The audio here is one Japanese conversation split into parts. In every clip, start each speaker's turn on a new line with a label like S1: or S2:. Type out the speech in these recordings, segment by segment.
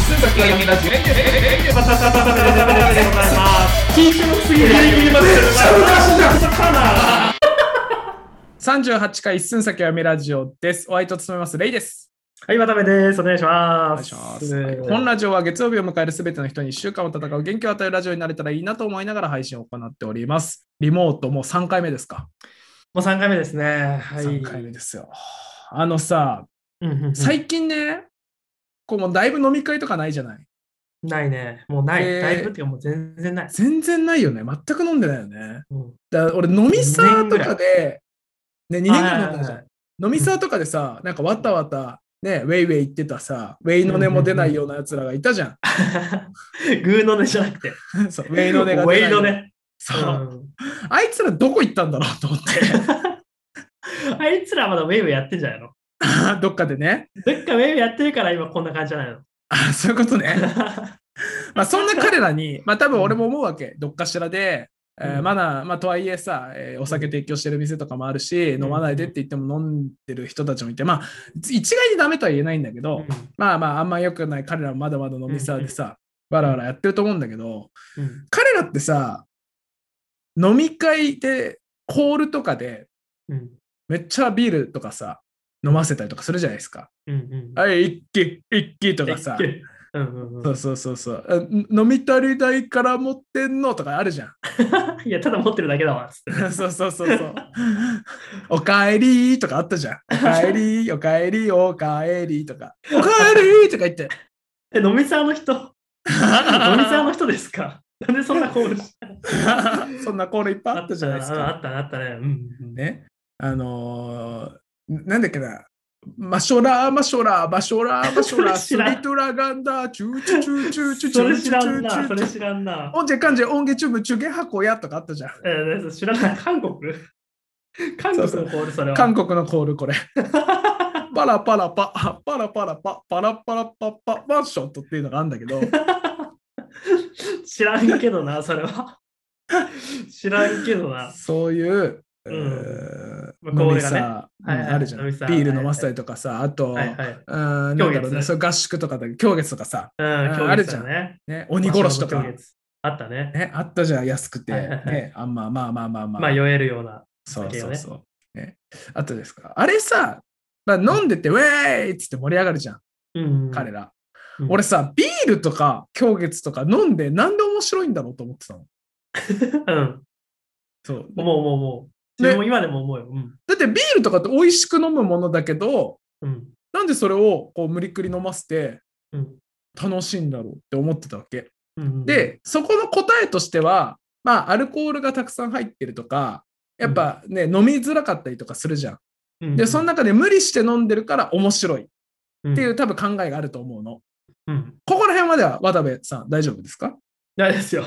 S1: 先が読み出す。
S2: バタバタバタバタバタでございます。緊張すぎる。めっちゃ昔じゃん。魚。
S3: 38回一寸先は夢ラジオです。お相手を務めます、レイです。
S2: はい、渡辺です。お願いし
S3: お
S2: ま
S3: 願い
S2: す。
S3: します。本ラジオは月曜日を迎えるすべての人に1週間を戦う元気を与えるラジオになれたらいいなと思いながら配信を行っております。リモートもう3回目ですか、
S2: もう三回目ですね。はい。
S3: ?3 回目ですよ。あのさ、
S2: うんうんうん
S3: 最近ね、こうもうだいぶ飲み会とかないじゃない
S2: ないね。もうない。
S3: えー
S2: だいぶっていうかもう全然ない。
S3: 全然ないよね。全く飲んでないよね。
S2: うん
S3: だから俺、飲みサーとかで、ね、2年ぐらい飲んでたじゃん
S2: は。
S3: 飲みサーとかでさ、なんかわたわた、ね、ウェイウェイ言ってたさ、ウェイの音も出ないようなやつらがいたじゃ
S2: いはいはいグーの音じゃなくて。
S3: ん。そうウェイの音が
S2: ウ
S3: 出
S2: ェ
S3: な
S2: イ
S3: い
S2: のね。
S3: そう。あいつらどこ行ったんだろうと思って、
S2: うんあいつらまだウェイブやってんじゃないの
S3: どっかでね。
S2: どっかウェイブやってるから今こんな感じじゃないの
S3: あそういうこと ね。まあ、そんな彼らに、まあ多分俺も思うわけ、どっかしらで。え
S2: う
S3: ー
S2: ん
S3: マナー、まあ、とはいえさ、えーお酒提供してる店とかもあるし、
S2: ん
S3: 飲まないでって言っても飲んでる人たちもいて、まあ、一概にダメとは言えないんだけど、まあまあ、あんま良くない彼らもまだまだ飲みサーでさ、わらわらやってると思うんだけど、
S2: うんうん
S3: 彼らってさ飲み会でコールとかで
S2: うん
S3: めっちゃビールとかさ飲ませたりとかするじゃないですか。
S2: うんうん
S3: はい、一気一気と
S2: と
S3: かさ。
S2: うんうんう
S3: そ
S2: ん
S3: うそうそうそう。あん飲み足りないから持ってんの とかあるじゃ
S2: いや、ただ持ってるだけだわ。つって
S3: ん。そうそうそうそう。おかえりとかあった じゃん。おかえり、おかえり、おかえりとか。 おかえりとか言 って。
S2: え、飲みさんの人飲みさんの人ですかなんでそんなコールした
S3: そんなコールいっぱいあったじゃないです
S2: あ
S3: か
S2: っ。たね、あったね。うんうん。
S3: ね、あのーなんだっけな、マショラー、マショラー、マショラー、マショラー、
S2: そ
S3: ス
S2: れ知らん
S3: リトラガンダー、チューチューチューチューチューチ
S2: そ
S3: ュー
S2: れ
S3: チュ
S2: 知
S3: ー
S2: ら
S3: チュ
S2: ん
S3: ーチュ
S2: な、
S3: ー
S2: それ知らんな。
S3: オンジェカンジェ、オンゲチューブ、チュゲハコヤとかあったじゃん。
S2: えー知らない、韓国。韓国のコール、それは。
S3: 韓国のコールこれ。パラパラパ、パラパラパ、パラパラパパ、マンションとっていうのがあるんだけど、
S2: 知らんけどな、それは。知らんけどな。
S3: そういう、
S2: ん
S3: えー
S2: まあ
S3: 飲
S2: コー
S3: み
S2: ルがね
S3: さ、うん
S2: はいはい
S3: あるじゃん。
S2: 飲
S3: ビ
S2: みさ
S3: ール飲ませたりとかさ、あと、
S2: はいはい。
S3: うんなんだろう
S2: 狂
S3: ね、
S2: 月
S3: そう合宿とかで、狂月とかさ、
S2: うん、
S3: あ
S2: 狂
S3: ある
S2: 月
S3: じゃ
S2: だ
S3: ん
S2: ね。
S3: ね、鬼殺しと
S2: 狂
S3: か。
S2: 月あったね。
S3: ね、あったじゃん、安くて。
S2: はいはいはい
S3: ね、あんまあまあまあまあまあ。
S2: まあ、酔えるような。
S3: そう
S2: 酒
S3: そ
S2: を
S3: う
S2: ね
S3: そう。ね、あとですか。あれさ、まあ、飲んでて、ウェーイっつって盛り上がるじゃん、
S2: うん。
S3: 彼ら。
S2: うん
S3: 俺さ、ビールとか、狂月とか飲んで、なんで面白いんだろうと思ってたの。
S2: うん。
S3: そう
S2: 思う思う思う。
S3: ね
S2: 自分も今でも思うよ。うん。
S3: だってビールとかって美味しく飲むものだけど、
S2: うん。
S3: なんでそれをこう無理くり飲ませて
S2: うん
S3: 楽しいんだろうって思ってたわけ。
S2: うん。
S3: で、そこの答えとしては、まあ、アルコールがたくさん入ってるとか、やっぱね、飲みづらかったりとかするじゃん。
S2: うん、
S3: で、その中で無理して飲んでるから面白いっ
S2: って
S3: いう、多分考えがあると思うの。
S2: うん。
S3: ここら辺までは渡部さん大丈夫ですか
S2: 大丈夫ですよ。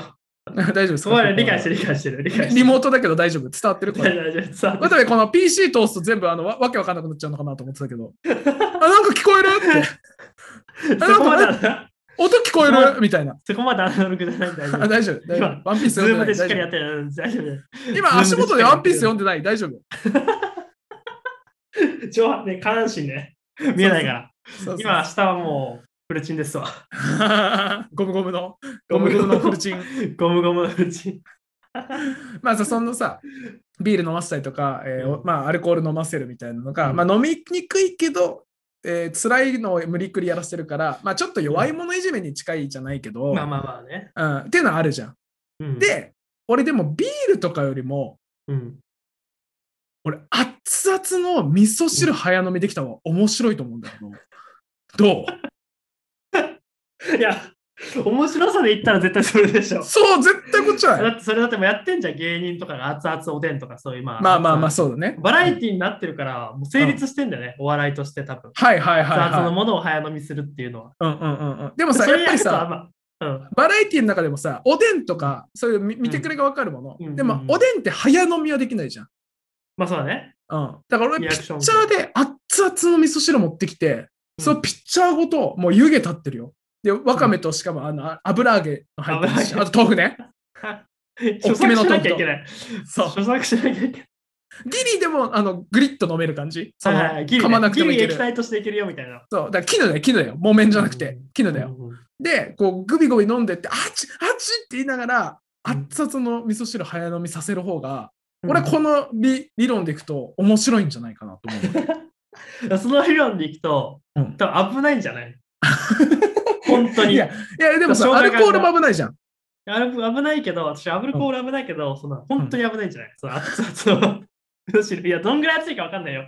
S3: 大丈夫です
S2: そ
S3: か
S2: こまで理解して
S3: る。
S2: る理解してる理解して
S3: リ
S2: る。
S3: モートだけど大丈夫伝わってるこ
S2: 大
S3: れ。
S2: 丈夫大丈夫さ
S3: 渡部この PC 通すと全部あのわわけわかんなくなっちゃうのかなと思ってたけど。あ、なんか聞こえるって。
S2: そこまでは
S3: 音聞こえるみたいな。
S2: そこまでアナログじゃない大丈
S3: あ
S2: 夫。
S3: 大丈夫。大丈
S2: 今
S3: 夫。ワンピース
S2: ズ
S3: 読
S2: ー
S3: ん
S2: ム
S3: で
S2: でし
S3: な
S2: っ
S3: い。
S2: かり
S3: 大
S2: や
S3: 丈
S2: ってるうん大丈夫で
S3: 夫今足元でワンピース読んでない。大丈夫。
S2: す。上半ね、下半身ね。見えないから。
S3: そうそう
S2: 今、明日はもうフルチンですわ。
S3: ゴムゴムの、ゴムゴムのフルチン。
S2: ゴムゴムのフルチン。
S3: まあさ、そのさ、ビール飲ませたりとか、えーお
S2: うん
S3: まあ、アルコール飲ませるみたいなのが、
S2: うん
S3: まあ、飲みにくいけど、えー辛いのを無理くりやらせてるから、まあ、ちょっと弱い者いじめに近いじゃないけど、
S2: まあまあまあね。
S3: うん、っていうのはあるじゃん。
S2: うん、
S3: で、俺でもビールとかよりも、
S2: うん、
S3: 俺、熱々の味噌汁早飲みできた方が面白いと思うんだけど、ど
S2: いや、面白さで言ったら絶対それでしょ
S3: う。 そう、絶対こっち
S2: だ
S3: は。
S2: ってそれだってもうやってんじゃん、芸人とかが熱々おでんとかそういう、まあ、
S3: まあまあまあ、
S2: 熱
S3: そうだね。
S2: 々バラエティーになってるから、もう成立してんだよね、お笑いとして多分。
S3: はいはいはい、
S2: 熱々の
S3: はい。
S2: ものを早飲みするっていうのは。
S3: うんうんうんうん。でもさ、
S2: そ
S3: や
S2: れ
S3: っぱり
S2: ると
S3: さ
S2: あ、んまうん、
S3: バラエティの中でもさ、おでんとか、そういうみ見てくれがわかるもの、
S2: うん
S3: で
S2: うん
S3: も
S2: う、ん
S3: おでんって早飲みはできないじゃん。
S2: まあそうだね。
S3: うん、だから俺、
S2: リ
S3: ピ
S2: アクション
S3: ッチャーで熱々の味噌汁持ってきて、そのピッチャーごと、もう湯気立ってるよ。で、わかめとしかもあのあ油揚げの入ってるし、
S2: 油
S3: あと豆腐ね。
S2: 著作しなきゃいけない。
S3: そう。
S2: 著作しなきゃいけない。
S3: ギリでも、あの、グリッと飲める感じ。その、
S2: はいはいギリね
S3: 噛まなくてもい
S2: ギ
S3: け
S2: リ
S3: る。
S2: 液体としていけるよみたいな。
S3: そう、だから絹だよ、絹だよ。木綿じゃなくて
S2: うん、
S3: 絹だよ。で、こう、グビグビ飲んでって、あっち、あっちって言いながら、
S2: うん
S3: 熱々の味噌汁早飲みさせる方が、
S2: うん。
S3: 俺、この理理論でいくと面白いんじゃないかなと思う。
S2: その理論でいくと、
S3: うん
S2: 多分危ないんじ ゃない本当
S3: い
S2: に。
S3: やいや、でも
S2: そう
S3: さ、
S2: だ
S3: ア
S2: から
S3: ルコールも危ないじゃん。
S2: あれ危ないけど、私、アルコール危ないけど、その本当に危ないんじゃない、その熱々の むしろ。いや、どんぐらい熱いか分かんないよ。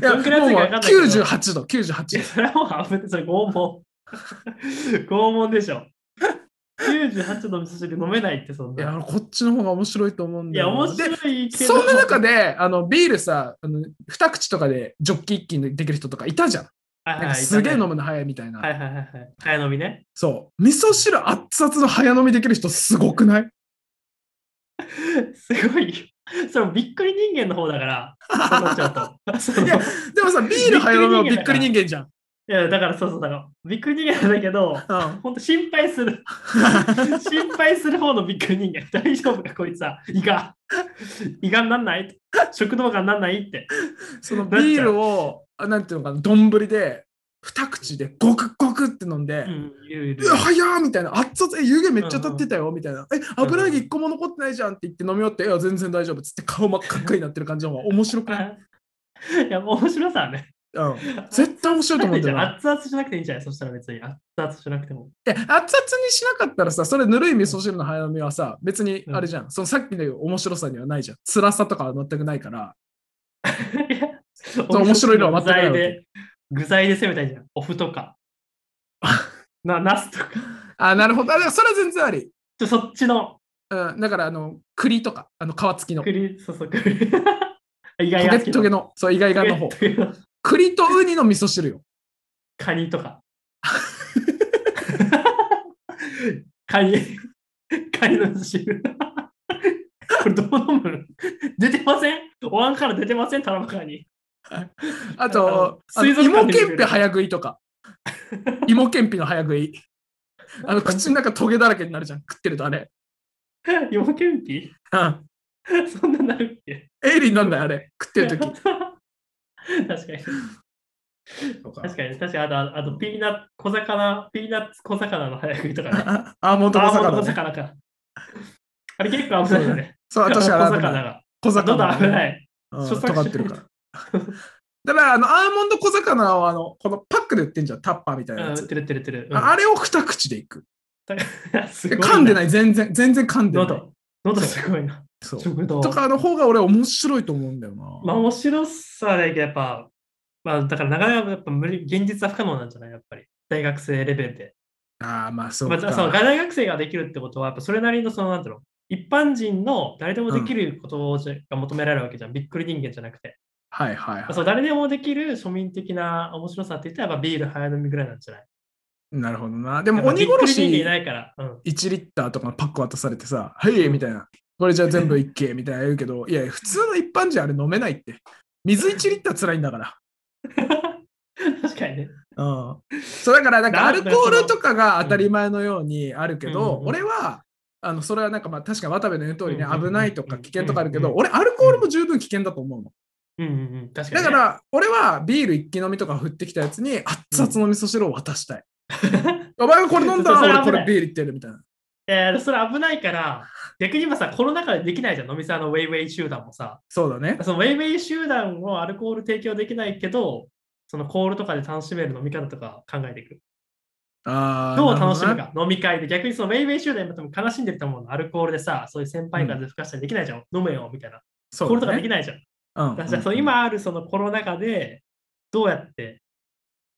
S3: いや、
S2: どんくらい熱い
S3: も
S2: か
S3: う
S2: わかんないけど
S3: 98度、
S2: い
S3: 98
S2: や、
S3: 度。
S2: それはもう危ない。それ拷問。 拷問で しょ。98度の味噌汁飲めないって、そん
S3: いや、
S2: な。
S3: 俺こっちの方が面白いと思うん
S2: い
S3: だよ
S2: や、
S3: な。で
S2: 面白いけど。
S3: そんな中で、あの、ビールさ、あの二口とかでジョッキ一気にできる人とかいたじゃん。
S2: はいはい
S3: なん
S2: は
S3: か
S2: い
S3: すげえ飲むの早いみたいな。
S2: はいはいはいはい。早飲みね。
S3: そう。味噌汁熱々の早飲みできる人すごくない
S2: すごいよ。それもびっくり人間の方だから、そうなっちゃうと。 その
S3: い
S2: い
S3: や
S2: や、
S3: でもさ、ビール早飲みは
S2: び
S3: び
S2: っ
S3: っ
S2: く
S3: く
S2: り
S3: り
S2: 人
S3: 人間じゃん。
S2: だからそうそうだから、びっくり人間だけど、
S3: うん。
S2: 本当心配す る。心配する方のびっくり人間。大丈夫か、こいつは。胃が。胃がんなんない食道がんなんないって。
S3: そのビールを、あなんていうのかな、丼で、二口でゴクゴクって飲んで
S2: う、ん、いるいる
S3: うわ、早っみたいな、熱々、え、湯気めっちゃ立ってたよ、みたいな、え、油揚げ一個も残ってないじゃんって言って飲み終わって、いや、全然大丈夫っつって顔真っ赤っかになってる感じの方が面白くない、
S2: いや、面白さはね。
S3: うん、絶対面白いと思うんだよな。
S2: 熱々 じゃなくていいんじゃないそしたら別に熱々じゃなくても。
S3: いや熱々にしなかったらさ、それぬるい味噌汁の早飲みはさ、別にあれじゃん、そのさっきの言う面白さにはないじゃん。辛さとかは全くないから。 面白いのは全くないわけ
S2: 具材で、具材で攻めたいじゃん。お麩と か。な、ナスとか。
S3: あ、なるほど。あ、でもそれは全然あり。
S2: ちょそっちの
S3: うん、だから、あの、栗とか、あの、皮付きの、ポ
S2: 栗、そうそう、栗。 意外
S3: ケ
S2: やつけ
S3: ッ
S2: ど
S3: トゲの、そう、意外がの方。
S2: ポケットゲの
S3: 栗とウニの味噌汁よ。
S2: カニとか。カニ。カニの味噌汁。 これどう飲む出てませんお椀から出てません田中に。
S3: あと、
S2: あ
S3: あ
S2: の
S3: の
S2: 水族館
S3: 芋
S2: で見て
S3: け
S2: る
S3: んぴ早食いと か。芋けんぴの早食い。 あの、口の中トゲだらけになるじゃん。食ってるとあれ。
S2: 芋けんぴ
S3: うん。
S2: そんななるっけ
S3: エイリーなんだよ、あれ。食ってる時。
S2: 確かに。確かに。確かに。あと、ああとピーナッツ、小魚、ピーナッツ小魚の早食いとかね。
S3: あアーモンド小
S2: あーも
S3: 魚、
S2: う小
S3: ね。
S2: 魚か。あれ結構危ないよ ね。
S3: そう、確か
S2: 小
S3: に
S2: 魚
S3: あの
S2: が。
S3: 小
S2: ちょっ
S3: 魚
S2: と
S3: が
S2: 危
S3: ね、
S2: ない。
S3: うん
S2: 小魚
S3: 尖ってるから。だから、あの、アーモンド小魚を、あの、このパックで売ってんじゃん。タッパーみた
S2: う
S3: い
S2: ん、
S3: なや
S2: 売っ
S3: つ。
S2: てる売ってる売ってる。
S3: ああれを二口でいく。
S2: れ す
S3: で
S2: ごい
S3: 噛んで
S2: い。
S3: ない、全然、全然噛んでない。
S2: 喉。喉すごいな。
S3: そう
S2: 食堂。
S3: とかの方が俺面白いと思うんだよな。
S2: まあ面白さだけどやっぱ、まあだからなかなかやっぱ無理、現実は不可能なんじゃないやっぱり。大学生レベルで。
S3: ああ、まあそう
S2: ま
S3: か。
S2: あ、その大学生ができるってことは、やっぱそれなりのその、なんだろう、一般人の誰でもできることじゃが求められるわけじゃん。びっくり人間じゃなくて。
S3: はいはい
S2: まあ
S3: は
S2: そう誰でもできる庶民的な面白さって言ったら、やっぱビール早飲みぐらいなんじゃない
S3: い。なるほどな。で
S2: で
S3: も鬼殺
S2: 人間い
S3: し
S2: ないから。うん。
S3: 1リッターとかのパック渡されてさ、はい、みたいな。これじゃあ全部いっけ、みたいな言うけど、いや、普通の一般人あれ飲めないって。水1リッター辛いんだ から。
S2: 確かにね。
S3: うん。そうだから、なんか
S2: な
S3: ア
S2: んだ
S3: ル
S2: よ
S3: コールとかが当たり前のようにあるけ
S2: うんうん
S3: ど
S2: う、ん
S3: 俺は、あのそれはなんかまあ確かに渡部の言う通りね、
S2: うんうんうん
S3: 危ないとか危険とかあるけ
S2: うん
S3: ど、
S2: う
S3: 俺アルコールも十分危険だと思うの。
S2: うんうんうん。確か
S3: だ
S2: に、ね。
S3: から、俺はビール一気飲みとか振ってきたやつに、熱々の味噌汁を渡したい。 お前がこれ飲んだら
S2: それ
S3: 俺
S2: 危
S3: こ
S2: ない
S3: れビールいってるみたいな。
S2: えー、それ危ないから、逆に今さ、コロナ禍でできないじゃん、飲みさんのウェイウェイ集団もさ。
S3: そうだね。
S2: そのウェイウェイ集団をアルコール提供できないけど、そのコールとかで楽しめる飲み方とか考えていく。
S3: あー
S2: どう楽しむ。
S3: なる
S2: か、飲み会で。逆にそのウェイウェイ集団も多分悲しんでると思うの。アルコールでさ、そういう先輩風吹かしたりできないじゃん。飲めよ、みたいな。コ
S3: ほ
S2: ール
S3: どねそう
S2: とかでき
S3: だね
S2: ないじゃん。
S3: うん
S2: だからそう今あるそのコロナ禍で、どうやって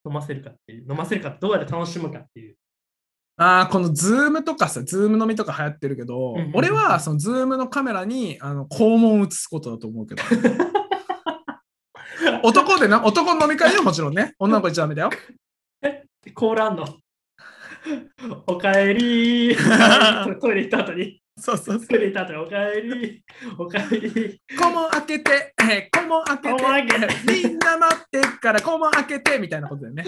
S2: 飲ませるかっていう。飲ませるかってどうやって楽しむかっていう。
S3: ああ、このズームとかさ、ズーム飲みとか流行ってるけど
S2: うんうん、
S3: 俺はそのズームのカメラにあの肛門を映すことだと思 うけど。男でな、男の飲み会ではもちろんね、女の子じゃダメだよ。
S2: でコールあんの。 おかえ りートイレ行った後に。
S3: そうそうそう。
S2: トイレ行った後におかえりーおかえりー
S3: 肛門開けて、えー肛門開け
S2: 肛門開け
S3: て、みんな待ってっから肛門開けてみたいなことだよね。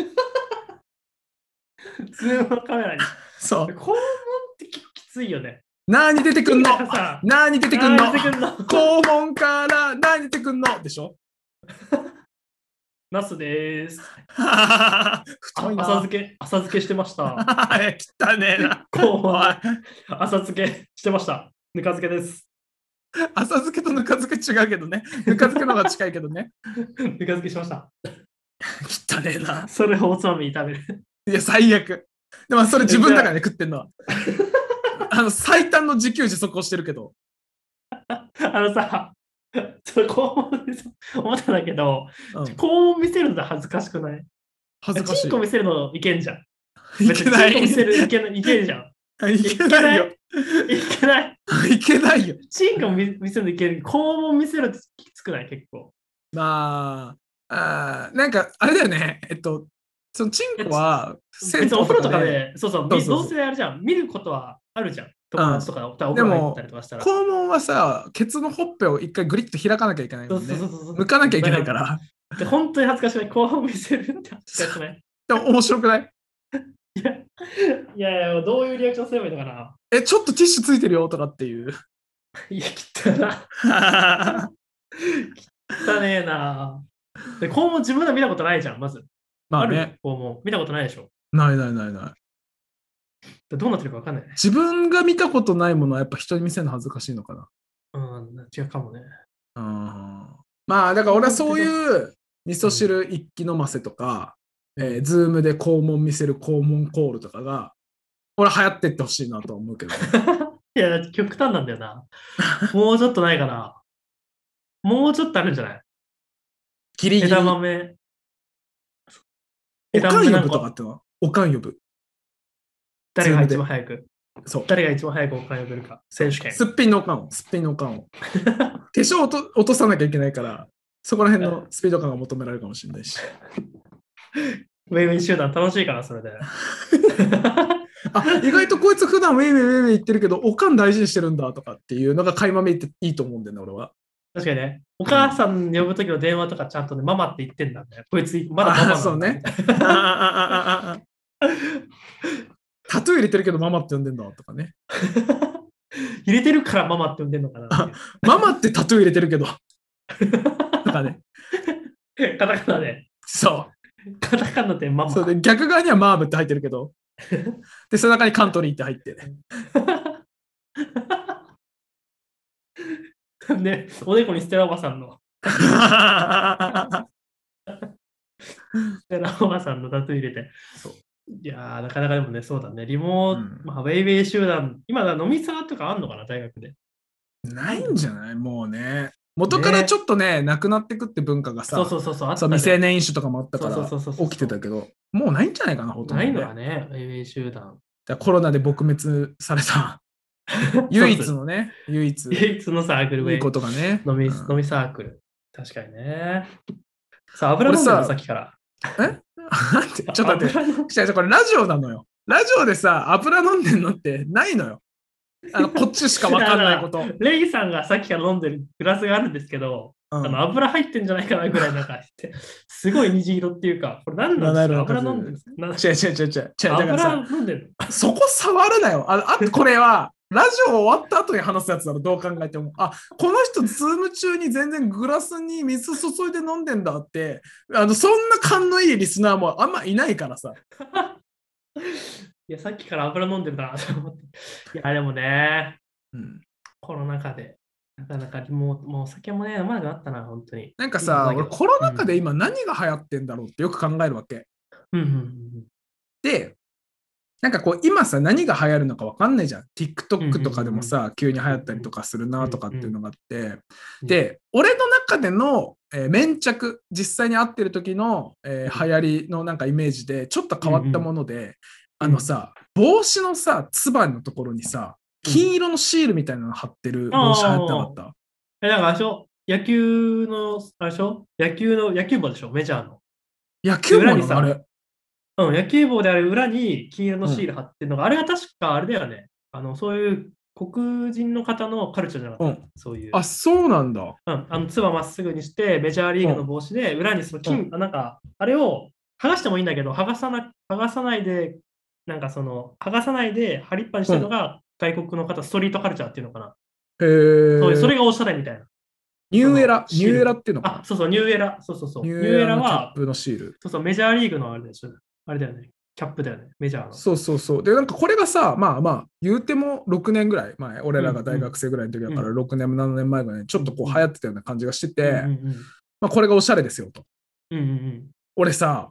S2: ズームのカメラに。
S3: そう
S2: 肛。門ってききついよね。
S3: 何出てくん の
S2: だからさ
S3: 何出てくんの
S2: あー出てくんの
S3: 肛門から何出てくんのでしょ
S2: ナスです。あ
S3: 太い
S2: 浅
S3: な
S2: 漬。け、浅漬けしてました。
S3: はい、汚ねえな。
S2: こう
S3: おい
S2: 浅漬けしてました。ぬか漬けです。
S3: 浅漬けとぬか漬け違うけどね。ぬか漬けの方が近いけどね。
S2: ぬか漬けしました。
S3: 汚ねえな。
S2: それをおつまみに食べる。
S3: いや、最悪。でもそれ自分だからね、食ってんのは。あの、最短の自給自足をしてるけど。
S2: あのさ、それ肛門でさ思ったんだけど、
S3: うん、
S2: 肛門見せるのって恥ずかしくない
S3: 恥ずかし
S2: チ
S3: い
S2: ンコ。見せるのいけんじゃん。
S3: いけな
S2: 別にチンコ見せるい
S3: い。
S2: けないいけんじゃん。
S3: いけないよ。
S2: いけない。
S3: いけないよ。
S2: チンコ見見せるのいける。肛門見せるってきつくない結構。
S3: まあ、あーなんか、あれだよね。えっと、そのチンコは、
S2: 別にお風呂とか。で、そうそう、
S3: そう
S2: み
S3: そうそう
S2: どうせあるじゃん。見ることはあるじゃん。友達とか、お風呂
S3: でも
S2: 入ったりとかしたら。
S3: 肛門はさ、ケツのほっぺを一回グリッと開かなきゃいけない
S2: そう
S3: も
S2: そ
S3: ん
S2: うそ
S3: ね
S2: う。そう。
S3: 向かなきゃいけないから。
S2: で。本当に恥ずかしくない。後半見せるって恥ずかし くない。
S3: でも面白くない
S2: いや、いやいや、どういうリアクションすればいいのかな。
S3: え、ちょっとティッシュついてるよとかって いう。
S2: いや、汚な。汚ねえな。で、肛門自分では見たことないじゃん、まず。
S3: まあ
S2: る
S3: ね、
S2: 肛門。見たことないでしょ。
S3: ないないないない。
S2: でどうなってるか分かんないね。
S3: 自分が見たことないものはやっぱ人に見せるの恥ずかしいのかな。
S2: うん、違うかもね。
S3: うんまあだから俺はそういう味噌汁一気飲ませとか、えーズームで肛門見せる肛門コールとかが俺は流行ってってほしいなとは思うけど
S2: いや、だって極端なんだよな。 もうちょっとないかな。もうちょっとあるんじゃない
S3: ギ リギリ
S2: 枝豆。
S3: おかん呼
S2: なん
S3: ぶとかっての はおかん呼ぶ
S2: 誰が一番早く
S3: そう
S2: 誰が一番早くお金を呼べるか選手権。
S3: すっぴんのおかんをすっぴんのおかん を化粧をと落とさなきゃいけないからそこら辺のスピード感が求められるかもしれないし
S2: ウェイウェイ集団楽しいかな、それで。
S3: あ意外とこいつ普段ウェイウェイウェイウェイ言ってるけどおかん大事にしてるんだとかっていうのが垣間見えていいと思うんだよね俺 は
S2: 確かにね。お母さん呼ぶときの電話とかちゃんとね、ママって言ってんだね。こいつ、まだママなんだ
S3: あそうね。タトゥー入れてるけどママって呼んでんだとかね。
S2: 入れてるからママって呼んでんのかなっていう。
S3: ママってタトゥー入れてるけど。とかね。
S2: カタカナで。
S3: そ
S2: カタカナでマ
S3: う。
S2: マ。
S3: そうで逆側にはマーブって入ってるけど。で、その中にカントリーって入って。
S2: で、おでこにステラおばさんの、ステラおばさんのタトゥー入れて。いやー、なかなかでもね、そうだね。リモー
S3: うん
S2: ト、まあ、ウェイウェイ集団、今だ飲みサーとかあんのかな、大学で。
S3: ないんじゃないもうね。元からちょっとね、なくなってくって文化がさ、
S2: そうそうそうそう、あった
S3: そう
S2: ね
S3: 未成年飲酒とかもあったか
S2: そう
S3: ら
S2: そうそうそうそう
S3: 起きてたけど、もうないんじゃないかな、ほとんど
S2: な
S3: ね、
S2: いのはね、ウェイウェイ集
S3: だ
S2: 団。
S3: からコロナで撲滅され た唯一のね、唯一い
S2: 唯一のサークルウェイ。
S3: いことがね。
S2: 飲み、
S3: うん
S2: 飲みサークル。確かにね。さあ、油飲んで
S3: 俺
S2: る
S3: さ
S2: さっきから。
S3: なんてちょっと待って、
S2: 油飲ん
S3: 違う違うこれラジオなのよ。ラジオでさ、油飲んでんのってないのよ。あのこっちしかわかんない こと。
S2: レイさんがさっきから飲んでるグラスがあるんですけど、
S3: うん
S2: あの油入ってんじゃないかなぐらいなん かして、すごい虹色っていうか、これ何なんですか
S3: な
S2: 油
S3: るほど
S2: 飲んでるんですかな
S3: 違う違う違う違う違う。だからさ、
S2: 油飲んでる
S3: そこ触るなよ。ああとこれは、ラジオ終わった後に話すやつだろ、どう考えても。あ、この人、ズーム中に全然グラスに水注いで飲んでんだって、あのそんな勘のいいリスナーもあんまいないからさ。
S2: いや、さっきから油飲んでるなと思って。いや、でもね、
S3: うん
S2: コロナ禍で、なかなかもう、もうお酒もね、飲まなくなったな、本当に。
S3: なんかさ、
S2: いいん
S3: 俺
S2: だけど
S3: コロナ禍で今何が流行ってんだろうってよく考えるわけ。
S2: うんうん
S3: で、なんかこう今さ何が流行るのかわかんないじゃん。TikTok とかでも
S2: う
S3: さ、急に流行ったりとかするなとかっていうのがあって。
S2: うん
S3: で、俺の中での、えー粘着、実際に会ってる時の、えー流行りのなんかイメージで、ちょっと変わったもので、あのさ、帽子のさ、つばのところにさ、金色のシールみたいなの貼ってる帽子流行ってなかった。
S2: え、なんかあれでしょ野球の、あれでしょ野球の、野球帽でしょメジャーの。
S3: 野球
S2: 裏
S3: も
S2: にさ
S3: のあれ。
S2: うん、野球帽である裏に金色のシール貼ってるのが、あれは確かあれだよね。あの、そういう黒人の方のカルチャーじゃなか
S3: う
S2: った。
S3: ん。
S2: そういう。
S3: あ、そうなんだ。
S2: うん、あの、つばまっすぐにして、メジャーリーグの帽子で、裏にその金、なんか、あれを剥がしてもいいんだけど、剥がさな、剥がさないで、なんかその、剥がさないで貼りっぱにしてるのが外国の方、ストリートカルチャーっていうのかな。
S3: へー
S2: そうそれがおしゃれみたいな。
S3: ニューエラ、
S2: そ
S3: ニ
S2: の
S3: ューエラっていうのか
S2: あ、そうそう、ニューエラ。そうそう
S3: な
S2: そう。ニ
S3: ニ
S2: ュ
S3: ュ
S2: ー
S3: ーエ
S2: エラ
S3: ラのキャ
S2: は
S3: ッ、プのシール。
S2: そうそう、メジャーリーグのあれでしょ。あれだよね。キャップだよね。メジャーの。
S3: そうそうそう。で、なんかこれがさ、まあまあ、言うても6年ぐらい前、俺らが大学生ぐらいの時だから、
S2: う
S3: 6年も7年前ぐらいにちょっとこう
S2: うん
S3: 流行ってたような感じがして
S2: うん
S3: て、まあこれがおしゃれですよと。
S2: うんうん。うんうん
S3: 俺さ、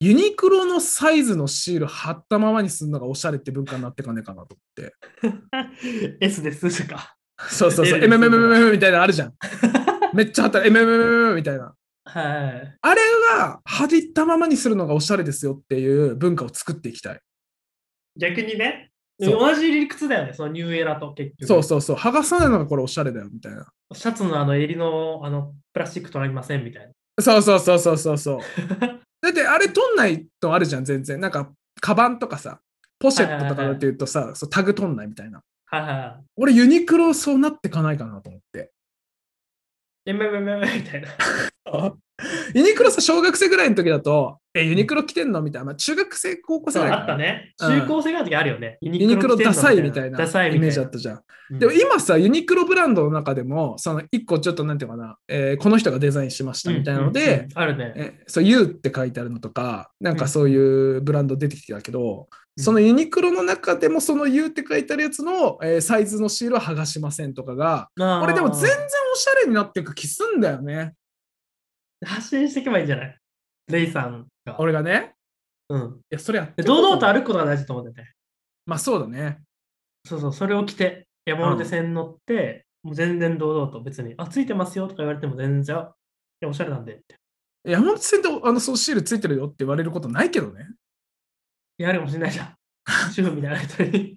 S3: ユニクロのサイズのシール貼ったままにするのがおしゃれって文化になってかねえかなと思って。
S2: うん。S ですとか。
S3: そうそうそう、
S2: L です
S3: MMMM みたいなのあるじゃん。めっちゃ貼ったら MMMM みたいな。
S2: はい。
S3: あれは貼ったままにするのがおしゃれですよっていう文化を作っていきたい。
S2: 逆にね、
S3: そう
S2: 同じ理屈だよね、そのニューエラと結局。
S3: そうそうそう、剥がさないのがこれおしゃれだよみたいな。
S2: シャツのあの襟のあのプラスチック取られませんみたいな。
S3: そうそうそうそうそう そう。だってあれ取んないとあるじゃん、全然。なんか、カバンとかさ、ポシェットとかだって言うとさ、そうタグ取んないみたいな。
S2: はいは
S3: 俺、ユニクロそうなってかないかなと思って。
S2: い。えめめめめみたいな。
S3: ユニクロさ、小学生ぐらいの時だと、え、ユニクロ着てんのみたいな。まあ、中学生、高校生
S2: そう
S3: ぐらい
S2: あ
S3: かな
S2: った。ね。
S3: うん
S2: 中高生ぐらいの時あるよね。ユ
S3: ユニクロ
S2: 着てん
S3: ダ
S2: の
S3: サいみたいな
S2: ダサい
S3: イメー
S2: み
S3: ジ
S2: たい
S3: あっ
S2: な
S3: た。じゃん。
S2: うん
S3: でも今さ、ユニクロブランドの中でも、その一個ちょっとなんていうのかな、えーこの人がデザインしましたみたいなので、
S2: うんうんうんあるね。
S3: えそう U って書いてあるのとかなんかそういうブランド出てきてたけど、
S2: うん
S3: そのユニクロの中でもその U って書いてあるやつの、えーサイズのシールは剥がしませんとかがこ
S2: こ
S3: れでも全然おしゃれになっていく気すんだよね
S2: 発信していけばいいんじゃないレイさんが。
S3: 俺がね
S2: うん。
S3: いやそれやって
S2: で
S3: ること
S2: 堂々と歩くことが大事だと思うんだよね。
S3: まあそうだね
S2: そうそう、それを着て、山手線乗って、もう全然堂々と別に、あ、ついてますよとか言われても全然、あいや、おしゃれなんでって。
S3: 山手線であのそうシールついてるよって言われることないけどね
S2: いや、あるかもしれないじゃん。 主婦みたいな人に、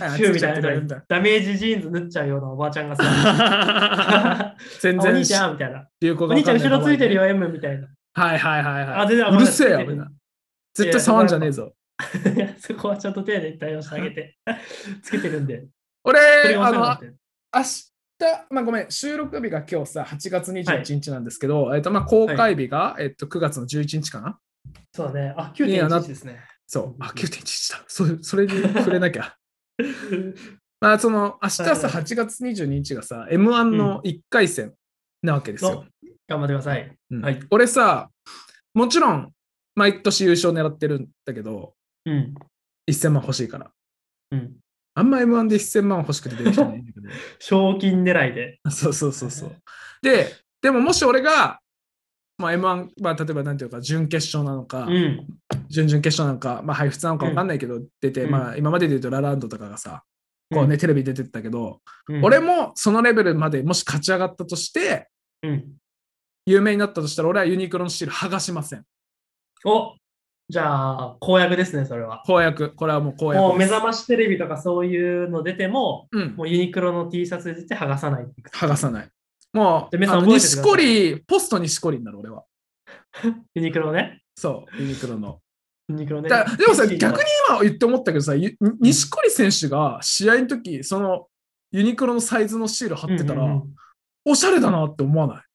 S3: あ
S2: 主婦みたいな人に
S3: ついちゃってる
S2: ダメージジーンズ縫っちゃうようなおばあちゃんがさ、
S3: 全
S2: お兄
S3: 然
S2: ちゃんみたいな。
S3: 流行
S2: お
S3: が分
S2: 兄ち
S3: か
S2: ゃん
S3: ない
S2: 後ろついてるよ、M みたいな。
S3: はいはいはいはい
S2: あ全然
S3: うるせえ
S2: ま
S3: よ
S2: だ
S3: みんな絶対触んじゃねえぞ
S2: いや そこはちゃんと丁寧に対応してあげ て、つけてるんで。
S3: 俺
S2: それがお
S3: あ
S2: 世話にな
S3: の
S2: ってる
S3: 明日、まあごめん、収録日が今日さ、8月21日なんですけど、えっとまあ公開日が、えっと9月の11日かな。
S2: そうだね。あ、
S3: いやな
S2: 9.11ですね。
S3: そう、あ、9.11だ。そうそれに触れなきゃ。 まあその、明日さ、
S2: はいはい
S3: 8月22日がさ、M1 の1回戦なわけですよ
S2: の。頑張ってください。
S3: うん
S2: はい
S3: 俺さ、もちろん、毎年優勝狙ってるんだけど、
S2: うん。
S3: 1000万欲しいから。
S2: うん。
S3: あんま M1 で1000万欲しくて出る人いないんだけど。
S2: 賞金狙いで。
S3: そうそうそうそう。で、でももし俺が、まあ、M1、まあ、例えばなんていうか、準決勝なのか、
S2: うん。
S3: 準々決勝なのか、まあ、配布なのか分かんないけど、出て、
S2: うん
S3: まあ、今までで言うとラランドとかがさ、こうね、テレビ出てったけど、
S2: うん
S3: 俺、もそのレベルまでもし勝ち上がったとして、
S2: うん。
S3: 有名になったとしたら、俺はユニクロのシール剥がしません。
S2: おじゃあ、公約ですね、それは。
S3: 公約、これはもう公約です。
S2: もう目覚ましテレビとかそういうの出ても、
S3: うん、
S2: もうユニクロの T シャツ出て剥がさない。
S3: 剥がさない。もう、
S2: で皆さん
S3: あの
S2: 覚えてください
S3: 錦織、ポスト錦織になる、俺は。
S2: ユニクロね。
S3: そう、ユニクロの。
S2: ユニクロね。
S3: だでもさ、
S2: ユニクロ
S3: 逆に今言って思ったけどさ、ゆ錦織選手が試合の時そのユニクロのサイズのシール貼ってたら、
S2: うんうんうん
S3: おしゃれだなって思わない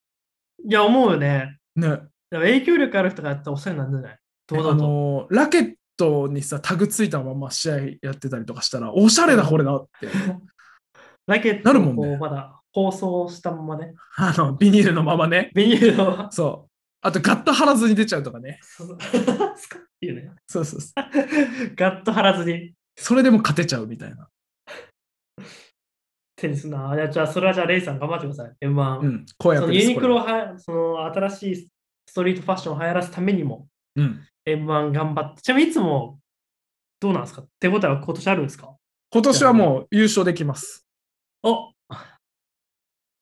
S2: いや、思うよね。
S3: ね。
S2: だから影響力ある人がやったらおしゃれなんじゃないどうだ
S3: あ
S2: と。
S3: のーラケットにさ、タグついたまま試合やってたりとかしたら、おしゃれだ、これだ って。
S2: ラケッ
S3: な
S2: ト
S3: るも
S2: を
S3: んね
S2: こうまだ放送したままね。
S3: あの、ビニールのままね。
S2: ビニールは。
S3: そう。あと、ガッと張らずに出ちゃうとかね。
S2: そうスカッていうね。
S3: そうそうそう。
S2: ガッと張らずに
S3: それでも勝てちゃうみたいな。
S2: テニスな。いやじゃあ、それはじゃあ、レイさん頑張ってください。M1。
S3: うん。公
S2: そ
S3: 約
S2: の
S3: です
S2: ユニクロ
S3: こ
S2: をはその新しいストリートファッションを流行らすためにも
S3: れうん。
S2: M1 頑張って。ちなみにいつもどうなんですか手応えは今年あるんですか
S3: 今年はもう優勝できます。
S2: お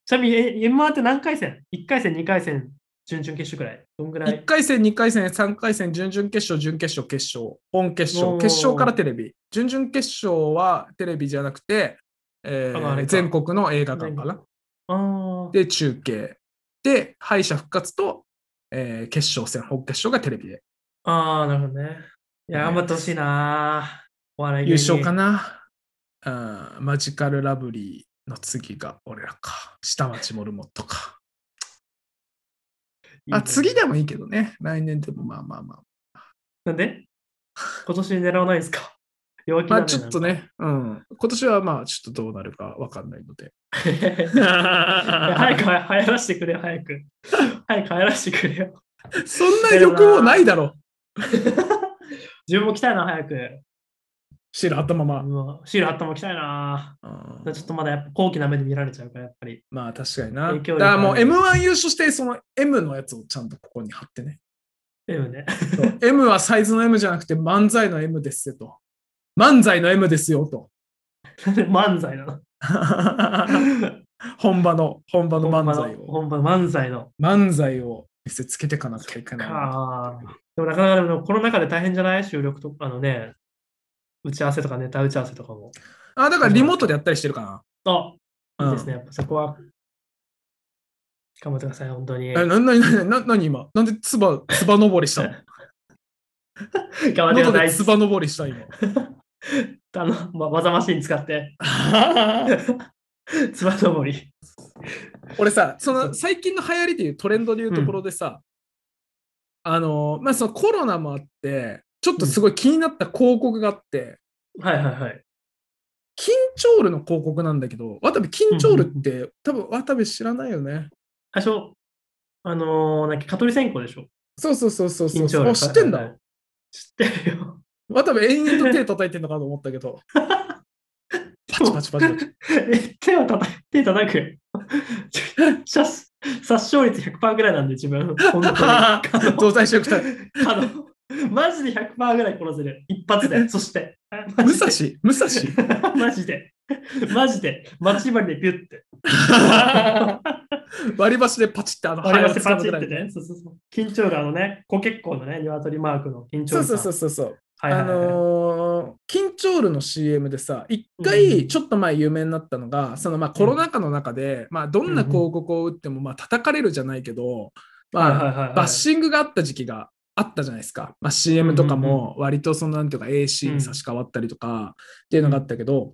S2: ちなみにえ M1 って何回戦 ?1 回戦、2回戦、準々決勝くらいどんぐら
S3: 1
S2: い
S3: 回戦、2回戦、3回戦、準々決勝、準決勝、決勝、本決
S2: お
S3: 勝、
S2: ー
S3: 決勝からテレビ。準々決勝はテレビじゃなくて、えー
S2: あのあれか
S3: 全国の映画館かな。
S2: あー
S3: で、中継。で、敗者復活と、えー決勝戦、本決勝がテレビで。
S2: あー、なるほどね。いや、
S3: ね
S2: 頑張ってほしいな。お笑い
S3: 優勝か
S2: な。
S3: な、うんマジカルラブリーの次が俺らか。下町モルモットか。
S2: いいね
S3: あ、次でもいいけどね。来年でもまあまあまあ。
S2: なんで今年狙わないんですか弱気
S3: ま
S2: だ
S3: あ
S2: ね
S3: ちょっと。 ね、うん。今年はまあちょっとどうなるかわかんないので。
S2: なんか 早く流行らせてくれよ、早く。早く流行らせてくれよ。
S3: そんな欲望ないだろ、
S2: 自分も来たいな、早く。
S3: シール頭まま。
S2: もうシール貼ったも来たいな。
S3: うん
S2: ちょっとまだやっぱ高貴な目で見られちゃうから、やっぱり。
S3: まあ確かにな。だ
S2: 影響
S3: か
S2: 力
S3: らもう M1 優勝して、その M のやつをちゃんとここに貼ってね。
S2: でもね。
S3: そう M はサイズの M じゃなくて漫才の M ですよと。漫才の M ですよと。
S2: なんで漫才なの。
S3: 本場の、本 場の
S2: 本場
S3: 漫
S2: の
S3: 才を。
S2: 本場の漫才の。
S3: 漫才を見せつけてかなきゃいけないな。
S2: かあでもなかなかでもこの中で大変じゃない収録とかあのね、打ち合わせとかネタ打ち合わせとかも。
S3: あ、だからリモートでやったりしてるか
S2: あ
S3: な。
S2: いい
S3: うん
S2: ですね、やっぱそこは。頑張ってください、本当に。
S3: え、
S2: 頑
S3: な、な、な、な、なに今なんでつば、つば登りしたの
S2: 張ってく
S3: 喉
S2: だ
S3: で
S2: さ
S3: つ
S2: い。
S3: ば登りした 今。
S2: あの、ま、技マシーン使って、つばともり。
S3: 俺さ、その最近の流行りでいうトレンドでいうところでさ、あの、まあ、そのコロナもあって、ちょっとすごい気になった広告があって、
S2: はいはいはい。
S3: 緊張ルの広告なんだけど、渡部緊張ルって、多分渡部知らないよね。
S2: 最初、あのー、なんか、蚊取り線香でしょ。
S3: そうそうそうそうそう。
S2: 緊張力
S3: あ知ってんだ。
S2: はいはい知ってるよ。
S3: 渡部延々と手叩いてんのかと思ったけど。パチパチパチパチ。
S2: え 手を叩く、手叩く。 ちょ殺殺傷率100%ぐらいなんで、自分。本当に。あ
S3: 動体視力た
S2: の、マジで100%ぐらい殺せる。一 発で。そして。 あマ
S3: 武
S2: ジ
S3: 蔵
S2: で
S3: 武蔵
S2: マジで。マジで。待ち針でピュッて。
S3: 割り箸でパチってあの
S2: 割り
S3: 腹を
S2: 箸
S3: 掴
S2: パ
S3: む
S2: チ
S3: ぐら
S2: っ
S3: い
S2: てね。そうそうそう。緊張があのね、高結構のね、鶏マークの緊張
S3: そう
S2: 感
S3: そうそうそうそう。
S2: はいは
S3: あ
S2: いはい
S3: のー、緊張るの CM でさ、一回ちょっと前有名になったのが、そのまあコロナ禍の中で、まあどんな広告を打ってもまあ叩かれるじゃないけど、まあ、
S2: はいはいはいはい
S3: バッシングがあった時期があったじゃないですか。まあ、CM とかも割とそのなんていうか AC に差し替わったりとかっていうのがあったけど、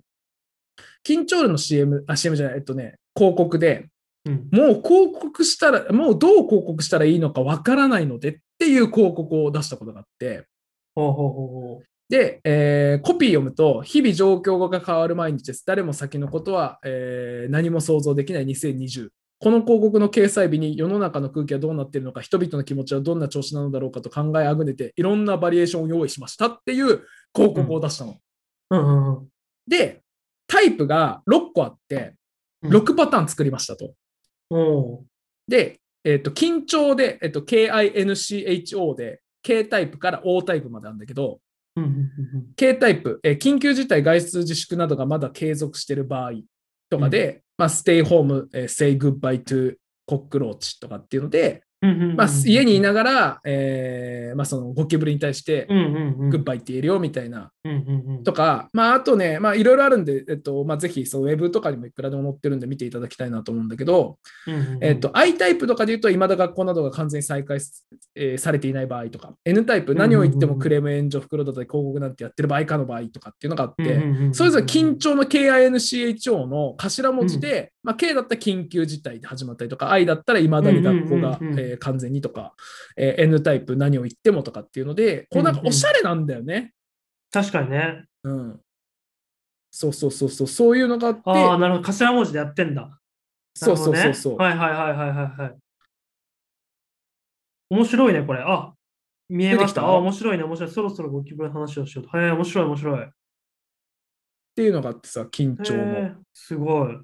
S3: 緊張の CM、あ、CM じゃない、えっとね、広告で、
S2: うん
S3: もう広告したら、もうどう広告したらいいのかわからないのでっていう広告を出したことがあって、
S2: ほうほうほうほう。
S3: で、えーコピー読むと、日々状況が変わる毎日です。誰も先のことは、えー何も想像できない2020。この広告の掲載日に世の中の空気はどうなっているのか、人々の気持ちはどんな調子なのだろうかと考えあぐねて、いろんなバリエーションを用意しましたっていう広告を出したの。
S2: うんうんうん。
S3: で、タイプが6個あって、6パターン作りましたと。
S2: おう
S3: で、えっ、と、緊張で、えっ、と、KINCHO で、K タイプから O タイプまであるんだけど、
S2: うんうんうんうん。
S3: K タイプ、えー緊急事態外出自粛などがまだ継続している場合とかで、まあ、ステイホーム、えー say goodbye to コックローチとかっていうので、まあ、家にいながら、えーまあ、そのゴキブリに対して、
S2: うんうんうん、
S3: グッバイって言えるよみたいな
S2: うんうんうん
S3: とか、まあ、あとね、まあ、いろいろあるんで、えっと、まあ、ぜひ、そのウェブとかにもいくらでも載ってるんで見ていただきたいなと思うんだけど、
S2: うんうんうん
S3: えっと、I タイプとかで言うと、未だ学校などが完全に再開す、えーされていない場合とか、N タイプ、何を言ってもクレーム、炎上、袋だったり、広告なんてやってる場合かの場合とかっていうのがあって、
S2: うんうんうん
S3: それぞれ緊張の KINCHO の頭文字で、まあ、K だったら緊急事態で始まったりとか、I だったらいまだに学校が、
S2: うんうんうんうん
S3: えー完全にとか、えー N タイプ何を言ってもとかっていうので、こうなんか
S2: うんう
S3: お
S2: ん
S3: しゃれなんだよね。
S2: 確かにね。
S3: うん。そうそうそうそう、そういうのがあって、
S2: ああ、なるほど。頭文字でやってんだ。
S3: そうそうそうそう。
S2: なるほどねはいはいはいはいはいはい。面白いね、これ。あ見えました。
S3: 出てきた
S2: あ面白いね、面白い。そろそろゴキブリの話をしようと。へえ、面白い、面白い。
S3: っていうのがあってさ、緊張の。
S2: へえすごい。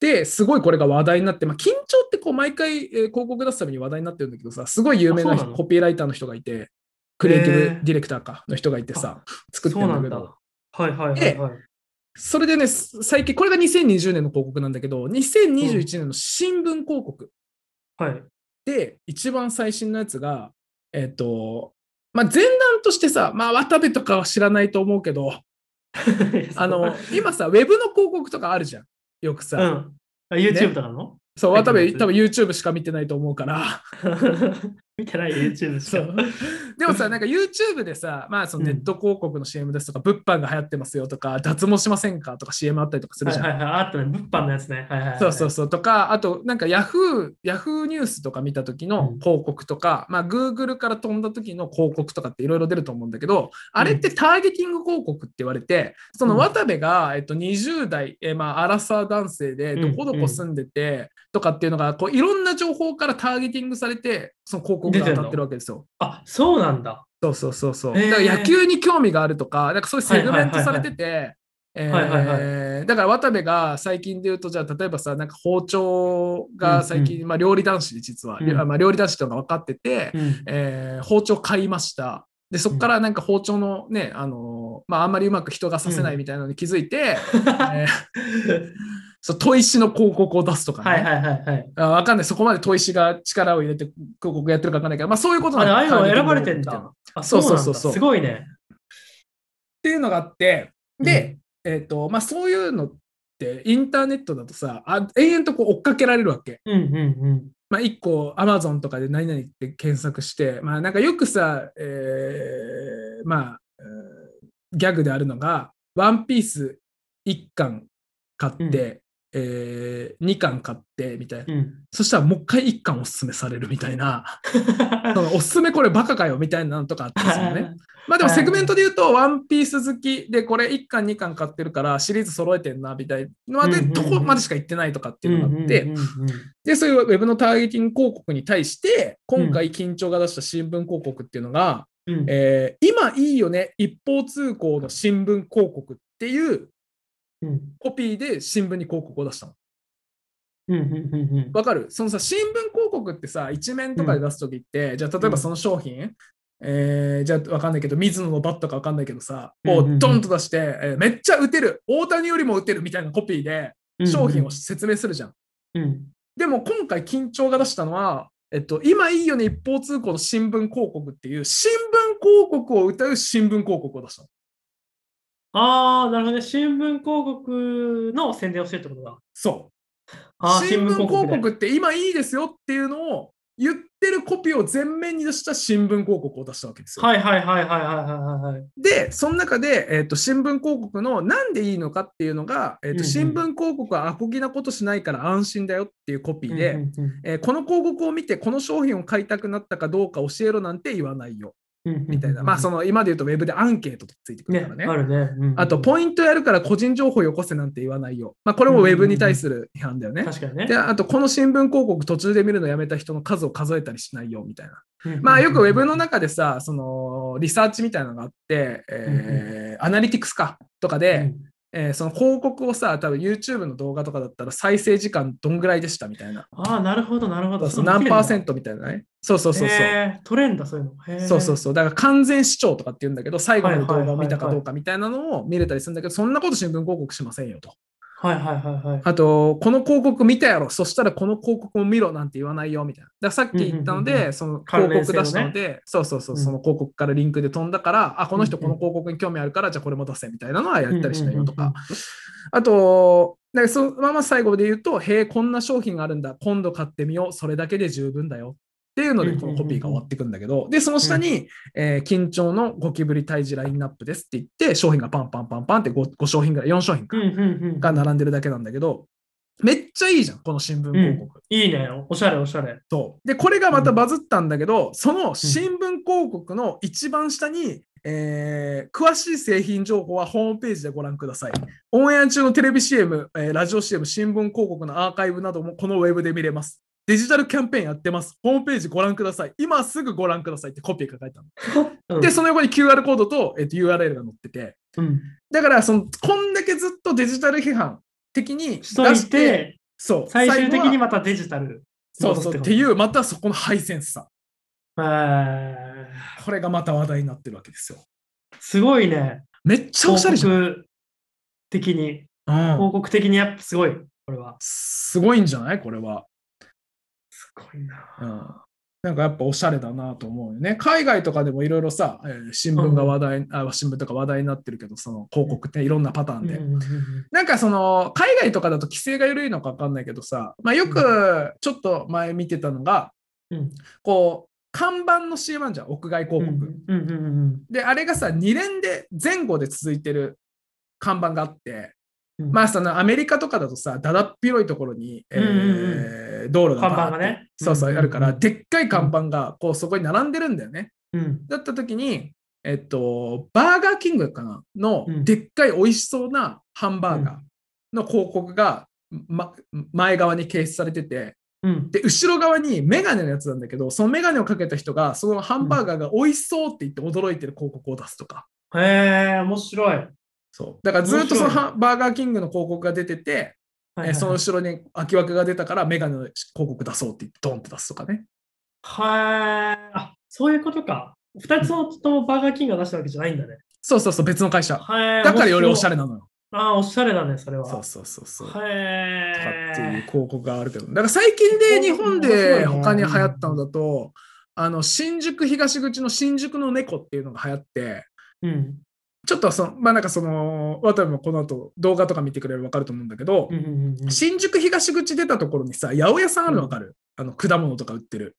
S3: ですごいこれが話題になって、まあ、緊張ってこう毎回、えー広告出すために話題になってるんだけどさすごい有名な
S2: あ
S3: 人
S2: そうなの
S3: コピーライターの人がいてクリエイティ
S2: へ
S3: ブ
S2: ー
S3: ディレクターかの人がいてさ作って
S2: そう
S3: るんだ
S2: なん
S3: け
S2: だ。
S3: ど
S2: はいはいはいはい。
S3: それでねす最近これが2020年の広告なんだけど2021年の新聞広告
S2: はい。
S3: で一番最新のやつがえっ、とまあ前段としてさまあ渡部とかは知らないと思うけどあ の今さウェブの広告とかあるじゃんよくさ、
S2: うん。あ YouTube とかなの
S3: そう
S2: 入っ
S3: 渡
S2: てるや
S3: 部
S2: つ
S3: 多分 YouTube しか見てないと思うから
S2: 見てない YouTube し
S3: そ
S2: か
S3: う。でもさ、なんか YouTube でさ、まあそのネット広告の CM ですとか、物販が流行ってますよとか、脱毛しませんかとか CM あったりとかする
S2: は
S3: じ
S2: い
S3: ゃん。
S2: はいはい。あったね。物販のやつね。はいはいはい。
S3: そうそうそうとかあとなんかヤフーヤフーニュースとか見た時の広告とか、まあ Google から飛んだ時の広告とかっていろいろ出ると思うんだけどあれってターゲティング広告って言われてその渡部が、えっと、20代、えーまあアラサー男性で
S2: うん
S3: どこどこ住んでてとかっていうのがこういろんな情報からターゲティングされてその広告が当たってるわけですよ。
S2: あ、そうなんだ。
S3: そうそうそうそう。
S2: へー
S3: だから野球に興味があるとか、なんかそういうセグメントされてて、え
S2: はいはいはい
S3: ーだから渡部が最近で言うと、じゃあ例えばさ、なんか包丁が最近、まあ料理男子で実は、
S2: うん
S3: まあ料理男子とか分かってて、
S2: うん。
S3: えー包丁買いました。で、そこからなんか包丁のね、あのーまああんまりうまく人が刺せないみたいなのに気づいて、 えーそう、砥石の広告を出すとかね。
S2: はいはいはいはい。
S3: あわかんない。そこまで砥石が力を入れて広告やってるかわかんないけど、まあそういうこと
S2: あ
S3: ん
S2: れ、
S3: だ
S2: ああいうの選ばれてんだ。あ、そうなんだ。
S3: そうそうそうそう
S2: すごいね。
S3: っていうのがあって、で、えっ、と、まあ、そういうのって、インターネットだとさ、あ延々とこう追っかけられるわけ。
S2: うんうんうん。
S3: まあ、1個、アマゾンとかで何々って検索して、まあ、なんかよくさ、えーまあ、えーギャグであるのが、ワンピース1巻買って、
S2: うん
S3: え2巻買ってみたいな、
S2: うん、
S3: そしたらもう一回1巻おすすめされるみたい なそのおすすめこれバカかよみたいなのとかあったんですよね。 まあでも
S2: はい
S3: セグメントで言うと、ワンピース好きで、これ1巻2巻買ってるから、シリーズ揃えてんな、みたいなまあで、
S2: うんうんうん
S3: どこまでしか行ってないとかって
S2: うん
S3: いううんのがあって、
S2: うんう
S3: で、そういうウェブのターゲティング広告に対して、今回緊張が出した新聞広告っていうのが、
S2: んうん
S3: えー今いいよね、一方通行の新聞広告っていう
S2: うん
S3: コピーで新聞に広告を出したの。
S2: うんうんうんうん
S3: わかるそのさ、新聞広告ってさ、一面とかで出すときって、じゃあ例えばその商品、えーじゃあわかんないけど、水野のバットかわかんないけどさ、こ
S2: うんうんう
S3: うんドンと出して、えーめっちゃ打てる大谷よりも打てるみたいなコピーで
S2: うん
S3: 商品を説明するじゃん。
S2: うん
S3: でも今回緊張が出したのは、えっと、今いいよね一方通行の新聞広告っていう、新聞広告を歌う新聞広告を出したの。
S2: ああ、なるほどね。新聞広告の宣伝をしてるってことだ。
S3: そう。
S2: あー
S3: 新聞広
S2: で
S3: 告って今いいですよっていうのを言ってるコピーを前面に出した新聞広告を出したわけですよ。
S2: はいはいはいはいはいはいはい。
S3: で、その中で、えっと新聞広告のなんでいいのかっていうのが、えっ
S2: うんう
S3: と
S2: ん
S3: 新聞広告はアコギなことしないから安心だよっていうコピーで、
S2: うんうん
S3: えーこの広告を見てこの商品を買いたくなったかどうか教えろなんて言わないよ
S2: うんうん
S3: みたいな、まあその今で言うとウェブでアンケートとついてくるからね。
S2: ねあるね。うん
S3: あと、ポイントやるから個人情報よこせなんて言わないよ。まあ、これもウェブに対する批判だよね。
S2: 確かにね
S3: で。あとこの新聞広告途中で見るのやめた人の数を数えたりしないよみたいな。
S2: うんうんうん
S3: まあよくウェブの中でさそのリサーチみたいなのがあって、えーアナリティクスかとか
S2: う
S3: で、
S2: ん
S3: えーその広告をさ多分 YouTube の動画とかだったら再生時間どんぐらいでしたみたいな
S2: ああ、なるほどなるほど。そんなの
S3: 何
S2: 見てんだ
S3: パーセントみたいなねそうそうそうそう。
S2: へー取れんだ、そういうの。へー
S3: そうそうそうだから完全視聴とかって言うんだけど最後まで動画を見たかどうかみたいなのを見れたりするんだけどそんなこと新聞広告しませんよと
S2: はいはいはいはい。
S3: あと、この広告見たやろ、そしたらこの広告を見ろなんて言わないよみたいな。だからさっき言ったの
S2: うんうんうん
S3: で、その
S2: 関
S3: 広
S2: 連
S3: 告
S2: 性
S3: 出
S2: をね
S3: したので、そうそうそう、
S2: うん
S3: その広告からリンクで飛んだから、あ、この人
S2: うん
S3: こ
S2: うん
S3: の広告に興味あるから、じゃあこれも出せみたいなのはやったりしないよと
S2: うん
S3: か
S2: うん。
S3: あと、なんかそのまま最後で言うと、へえ、こんな商品があるんだ、今度買ってみよう、それだけで十分だよ。っていうので、このコピーが終わっていくんだけど、で、その下に、えー緊張のゴキブリ退治ラインナップですって言って、商品がパンパンパンパンって 5, 商品ぐらい、4商品か
S2: うん。うんうん。
S3: が並んでるだけなんだけど、めっちゃいいじゃん、この新聞広告。
S2: いいね。おしゃれおしゃれ。
S3: そうで、これがまたバズったんだけど、その新聞広告の一番下に、えー詳しい製品情報はホームページでご覧ください。オンエア中のテレビ CM、えーラジオ CM、新聞広告のアーカイブなどもこのウェブで見れます。デジタルキャンペーンやってます。ホームページご覧ください。今すぐご覧くださいってコピーが書いてある
S2: うん
S3: の。で、その横に QR コードと,、えーと URL が載ってて、
S2: うん。
S3: だからその、こんだけずっとデジタル批判的に出
S2: しとい、
S3: してそう。
S2: 最終的
S3: 後
S2: に
S3: は
S2: またデジタル。。
S3: そうそう。っていうう、またそこのハイセンスさ。
S2: あー
S3: これがまた話題になってるわけですよ。
S2: すごいね。
S3: めっちゃお
S2: 広
S3: しゃれじゃん。
S2: 告的に、
S3: うん
S2: 広告的にやっぱすごい。これは。
S3: すごいんじゃないこれは、
S2: すごいな。
S3: うん。なんかやっぱおしゃれだなと思うよね。海外とかでもいろいろさ、えー新聞が話題、あ、新聞とか話題になってるけど、その広告っていろんなパターンで。
S2: うんうんうんうん
S3: なんかその海外とかだと規制が緩いのか分かんないけどさ、まあ、よくちょっと前見てたのが、
S2: うん
S3: こ看板の CM あんじゃん、屋外広告。
S2: うんうんうん
S3: で、あれがさ、2連で前後で続いてる看板があって、
S2: うん
S3: まあ、そのアメリカとかだとさ、だだっ広いところに、えー
S2: うん
S3: 道路がバ
S2: 看
S3: ー
S2: 板
S3: って
S2: がね。
S3: そうそう、あるから、
S2: うん
S3: でっかい看板がこうそこに並んでるんだよね。
S2: うん
S3: だった時に、えっと、バーガーキングかなの
S2: うん
S3: でっかい美味しそうなハンバーガーの広告が、ま、前側に掲出されてて、
S2: うん。
S3: で、後ろ側にメガネのやつなんだけど、そのメガネをかけた人が、そのハンバーガーが美味しそうって言って驚いてる広告を出すとか。
S2: へえ、面白い。はい
S3: そうだからずっとその
S2: 面白い
S3: ハンバーガーキングの広告が出てて、
S2: はい
S3: えーその後ろに空き枠が出たからメガネの広告出そうって言ってドンって出すとかね。
S2: はい。あ、そういうことか。二つともバーガーキングが出したわけじゃないんだね。
S3: そうそうそう、別の会社。
S2: はい。
S3: だからよりおしゃ
S2: れ。
S3: れなのよ。
S2: あーおしゃれだね、それは。
S3: そうそうそうそう。とかっていう
S2: へ
S3: 広告があるけど、だから最近で日本で他に流行ったのだと、あの新宿東口の新宿の猫っていうのが流行って、
S2: え。うん。
S3: ちょっとその、まあなんかその、渡部もこの後動画とか見てくれれば分かると思うんだけど
S2: う、んうんうん
S3: 新宿東口出たところにさ、八百屋さんあるの分かる、あの果物とか売ってる。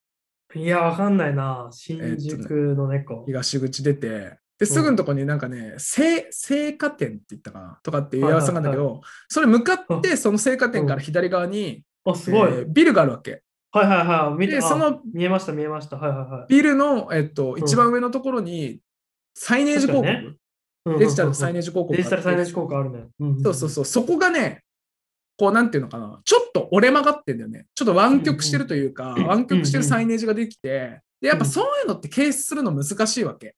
S2: いや、わかんないな。新宿の猫。
S3: 東口出て、ですぐのとこになんかね、せ青果店って言ったかなとかっていう八百屋さんなんだけど、それ向かってその青果店から左側に、
S2: あ、すごい。
S3: えービルがあるわけ。
S2: はいはいはい。見て、
S3: で、
S2: あ
S3: その
S2: 見えました、見えました。はいはいはい。
S3: ビルの、えっと、
S2: ん
S3: 一番上のところにサイネージ広告、
S2: 確かにうんうんうん
S3: デジタルのサイネージ広告があって
S2: デジタルサイネージ効果あるね。うんん
S3: そうそうそうそこがねこうなんていうのかなちょっと折れ曲がってんだよねちょっと湾曲してるというか、
S2: うん
S3: 湾曲して
S2: うん
S3: る
S2: うん
S3: サイネージができて、でやっぱ
S2: うん
S3: そういうのって掲出するの難しいわけ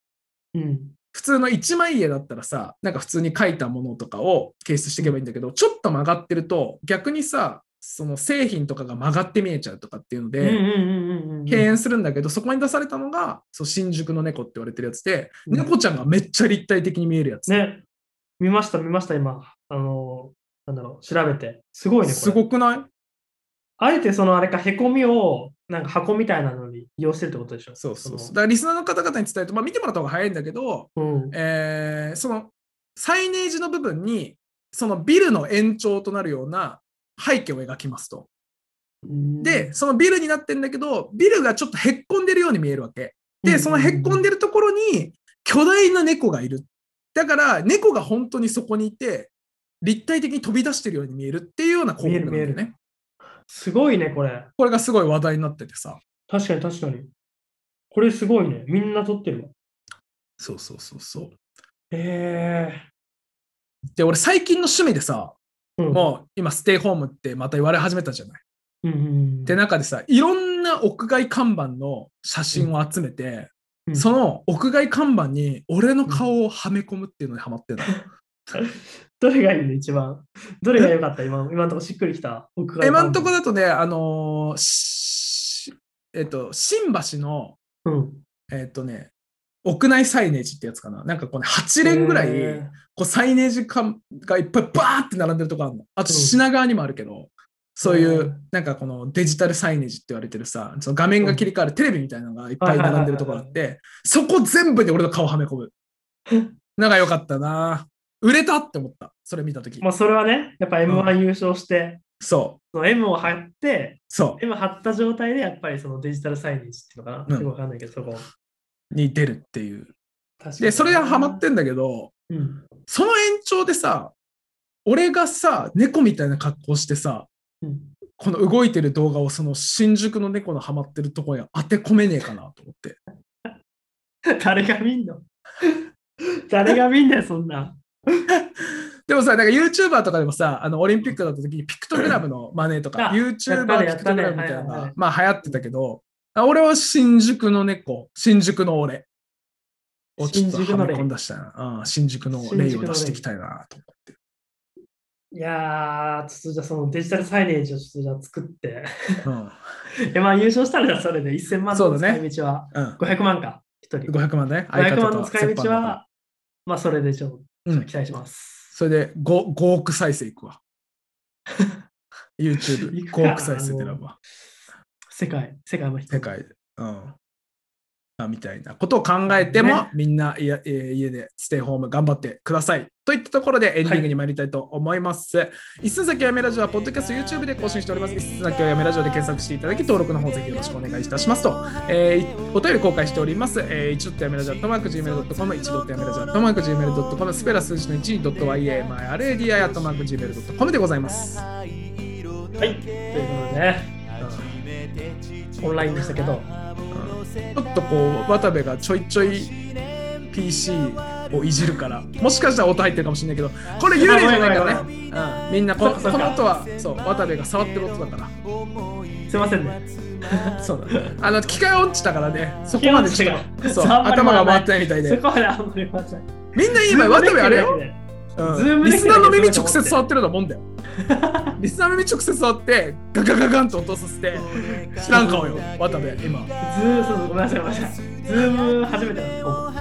S2: うん。
S3: 普通の一枚絵だったらさなんか普通に書いたものとかを掲出していけばいいんだけど、ちょっと曲がってると逆にさその製品とかが曲がって見えちゃうとかっていうので、
S2: うんうんうんうんうん。
S3: 敬遠するんだけど、そこに出されたのがそう新宿の猫って言われてるやつで、
S2: うん
S3: 猫ちゃんがめっちゃ立体的に見えるやつ、
S2: ね。見ました、見ました、今。あの、なんだろう、調べて。すごいね、これ。
S3: すごくない
S2: あえてそのあれか、へこみを、なんか箱みたいなのに利用してるってことでしょ。
S3: そうそうそうだ
S2: の
S3: からリスナーの方々に伝えると、まあ、見てもらった方が早いんだけど、
S2: うん。
S3: えーそのサイネージの部分にそのビルの延長となるような背景を描きますと。で、そのビルになってんだけどビルがちょっとへっこんでるように見えるわけ。で、そのへっこん
S2: で、
S3: でるところに巨大な猫がいる。だから、猫が本当にそこにいて、立体的に飛び出してるように見えるっていうような広告なんだよ
S2: 見える見え
S3: ね。
S2: すごいね、これ。
S3: これがすごい話題になっててさ。
S2: 確かに確かに。これすごいね。みんな撮ってるわ。
S3: そうそうそうそう。
S2: え
S3: で、俺最近の趣味でさ、
S2: えー。うん、
S3: もう今ステイホームってまた言われ始めたじゃない。
S2: う、うんうん、
S3: で、中でさ、いろんな屋外看板の写真を集めて、
S2: うん
S3: その屋外看板に俺の顔をはめ込むっていうのにハマってた。
S2: どれがいいの一番。どれが良かった今の、今のとこしっくりきた。屋外
S3: 今んとこだとね、あのーしえっと、新橋の、
S2: うん。
S3: えっとね、屋内サイネージってやつかな。なんかこうね、8連ぐらい、
S2: え
S3: こうサイネージかがいっぱいバーって並んでるとこあるの。あと
S2: うん
S3: 品川にもあるけど、そういう、
S2: うん
S3: なんかこのデジタルサイネージって言われてるさ、その画面が切り替わるテレビみたいなのがいっぱい並んでるとこあって、そこ全部に俺の顔はめ込む。なんか良かったな売れたって思った。それ見たとき
S2: ー。まあ、それはね、やっぱ M1 優勝して、
S3: そう、
S2: その M を貼って、
S3: そ
S2: M 貼った状態で、やっぱりそのデジタルサイネージっていうのかな。
S3: うん
S2: よくわかんないけど、そこ。
S3: う、に出るっていう。
S2: 確かに
S3: で、それがハマっ、てんだけど、
S2: うん
S3: その延長でさ、俺がさ、猫みたいな格好してさ、
S2: うん、
S3: この動いてる動画をその新宿の猫のハマってるとこに当て込めねえかなと思って。
S2: 誰が見んの誰が見んだよ、そんな。
S3: でもさ、なんか YouTuber とかでもさ、あのオリンピックだった時にピクトグラムのマネーとか、
S2: あ
S3: YouTuber ピ
S2: や
S3: ク
S2: った
S3: ト
S2: ね
S3: グ
S2: や
S3: ラム
S2: ったね
S3: みたいなの
S2: はいはいは
S3: が
S2: い、
S3: まあ流行ってたけど、あ俺は新宿の猫、新宿の俺をちょっと
S2: 新宿
S3: は
S2: の
S3: め
S2: 霊
S3: 込んだしたいな。うん新宿の霊を出していきたいなと思って。
S2: いやー、ちょっとじゃあそのデジタルサイネージをちょっとじゃあ作って。
S3: うん
S2: え、まあ優勝したらじゃあそれで1000万
S3: そう
S2: の
S3: だ
S2: 使
S3: ね
S2: い道は、
S3: うん、
S2: 500万か、1人。
S3: 500万ね。
S2: 500万の
S3: は
S2: 使い道は、まあそれでちょっ
S3: う
S2: と
S3: ん
S2: 期待します。
S3: それで 5, 5億再生い くわ。YouTube5 億再生ってのは
S2: 世界、世界の人。
S3: 世界で。うん。あみたいなことを考えても、
S2: ね
S3: みんないや、えー家でステイホーム頑張ってください。といったところでエンディングに参りたいと思います。一寸先はやめラジオはポッドキャスト YouTube で更新しております。一寸先はやめラジオで検索していただき登録の方ぜひよろしくお願いいたしますと、えーお便り公開しております。えー、一度とやめラジオアットマーク Gmail.com 一度とやめラジオアットマーク Gmail.com スペラ数字の 1.yamradi アットマーク Gmail.com でございます。
S2: はい。ということでね、オンラインでしたけど、
S3: ちょっとこう渡部がちょいちょい PC をいじるからもしかしたら音入ってるかもしれないけどこれ幽霊じゃないからね、うん、みんなこ
S2: そっかそっ
S3: こ
S2: か
S3: の音はそう渡部が触ってる音だから
S2: すいませんね。
S3: そうだあの機械音痴だからねそこまでちょっとそう
S2: あんまり
S3: 頭が回ってないみたい
S2: そ
S3: で
S2: こまであんまりません。
S3: みんな今渡部あれよ、うん
S2: ズーム
S3: リ
S2: でき
S3: ス
S2: てる
S3: ナーの耳直
S2: そんなこと
S3: 接
S2: って
S3: 触ってるようなも んだよリスナーの耳直接触ってガガガガンと音させて知らん顔よ渡部 今
S2: ズーそうごめんなさい、ごめんなさい。ズーム初めてなんで、ここ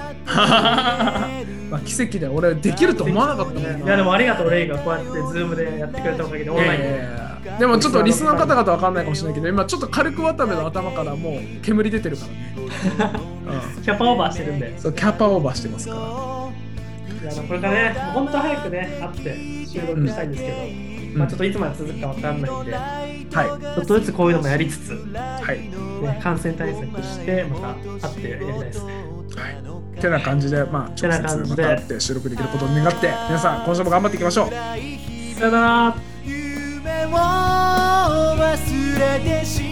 S3: まあ奇跡で俺できると思わなかったもんない
S2: や、でもありがとう、レイがこうやってズームでやってくれたおかげで、オンラインで。
S3: えーでもちょっとリスナーの方々わかんないかもしれないけど今ちょっと軽く渡部の頭からもう煙出てるからね、
S2: キャパオーバーしてるんで、
S3: うん、そうキャパオーバーしてますか
S2: いやあのこれからね、もう本当早くね、会って収録したいんですけど、
S3: ん
S2: まあちょっといつまで続くかわかんないんで、ち
S3: らはい
S2: ょっとずつこういうのもやりつつ、ね、
S3: はい、
S2: 感染対策して、また会ってやりたいですね。
S3: はい、てな感じでまあ
S2: て
S3: 直
S2: な
S3: 接
S2: 感
S3: ま
S2: じで
S3: た会って収録できることを願って皆さん今週も頑張っていきましょう
S2: さよなら
S1: 夢を忘れてし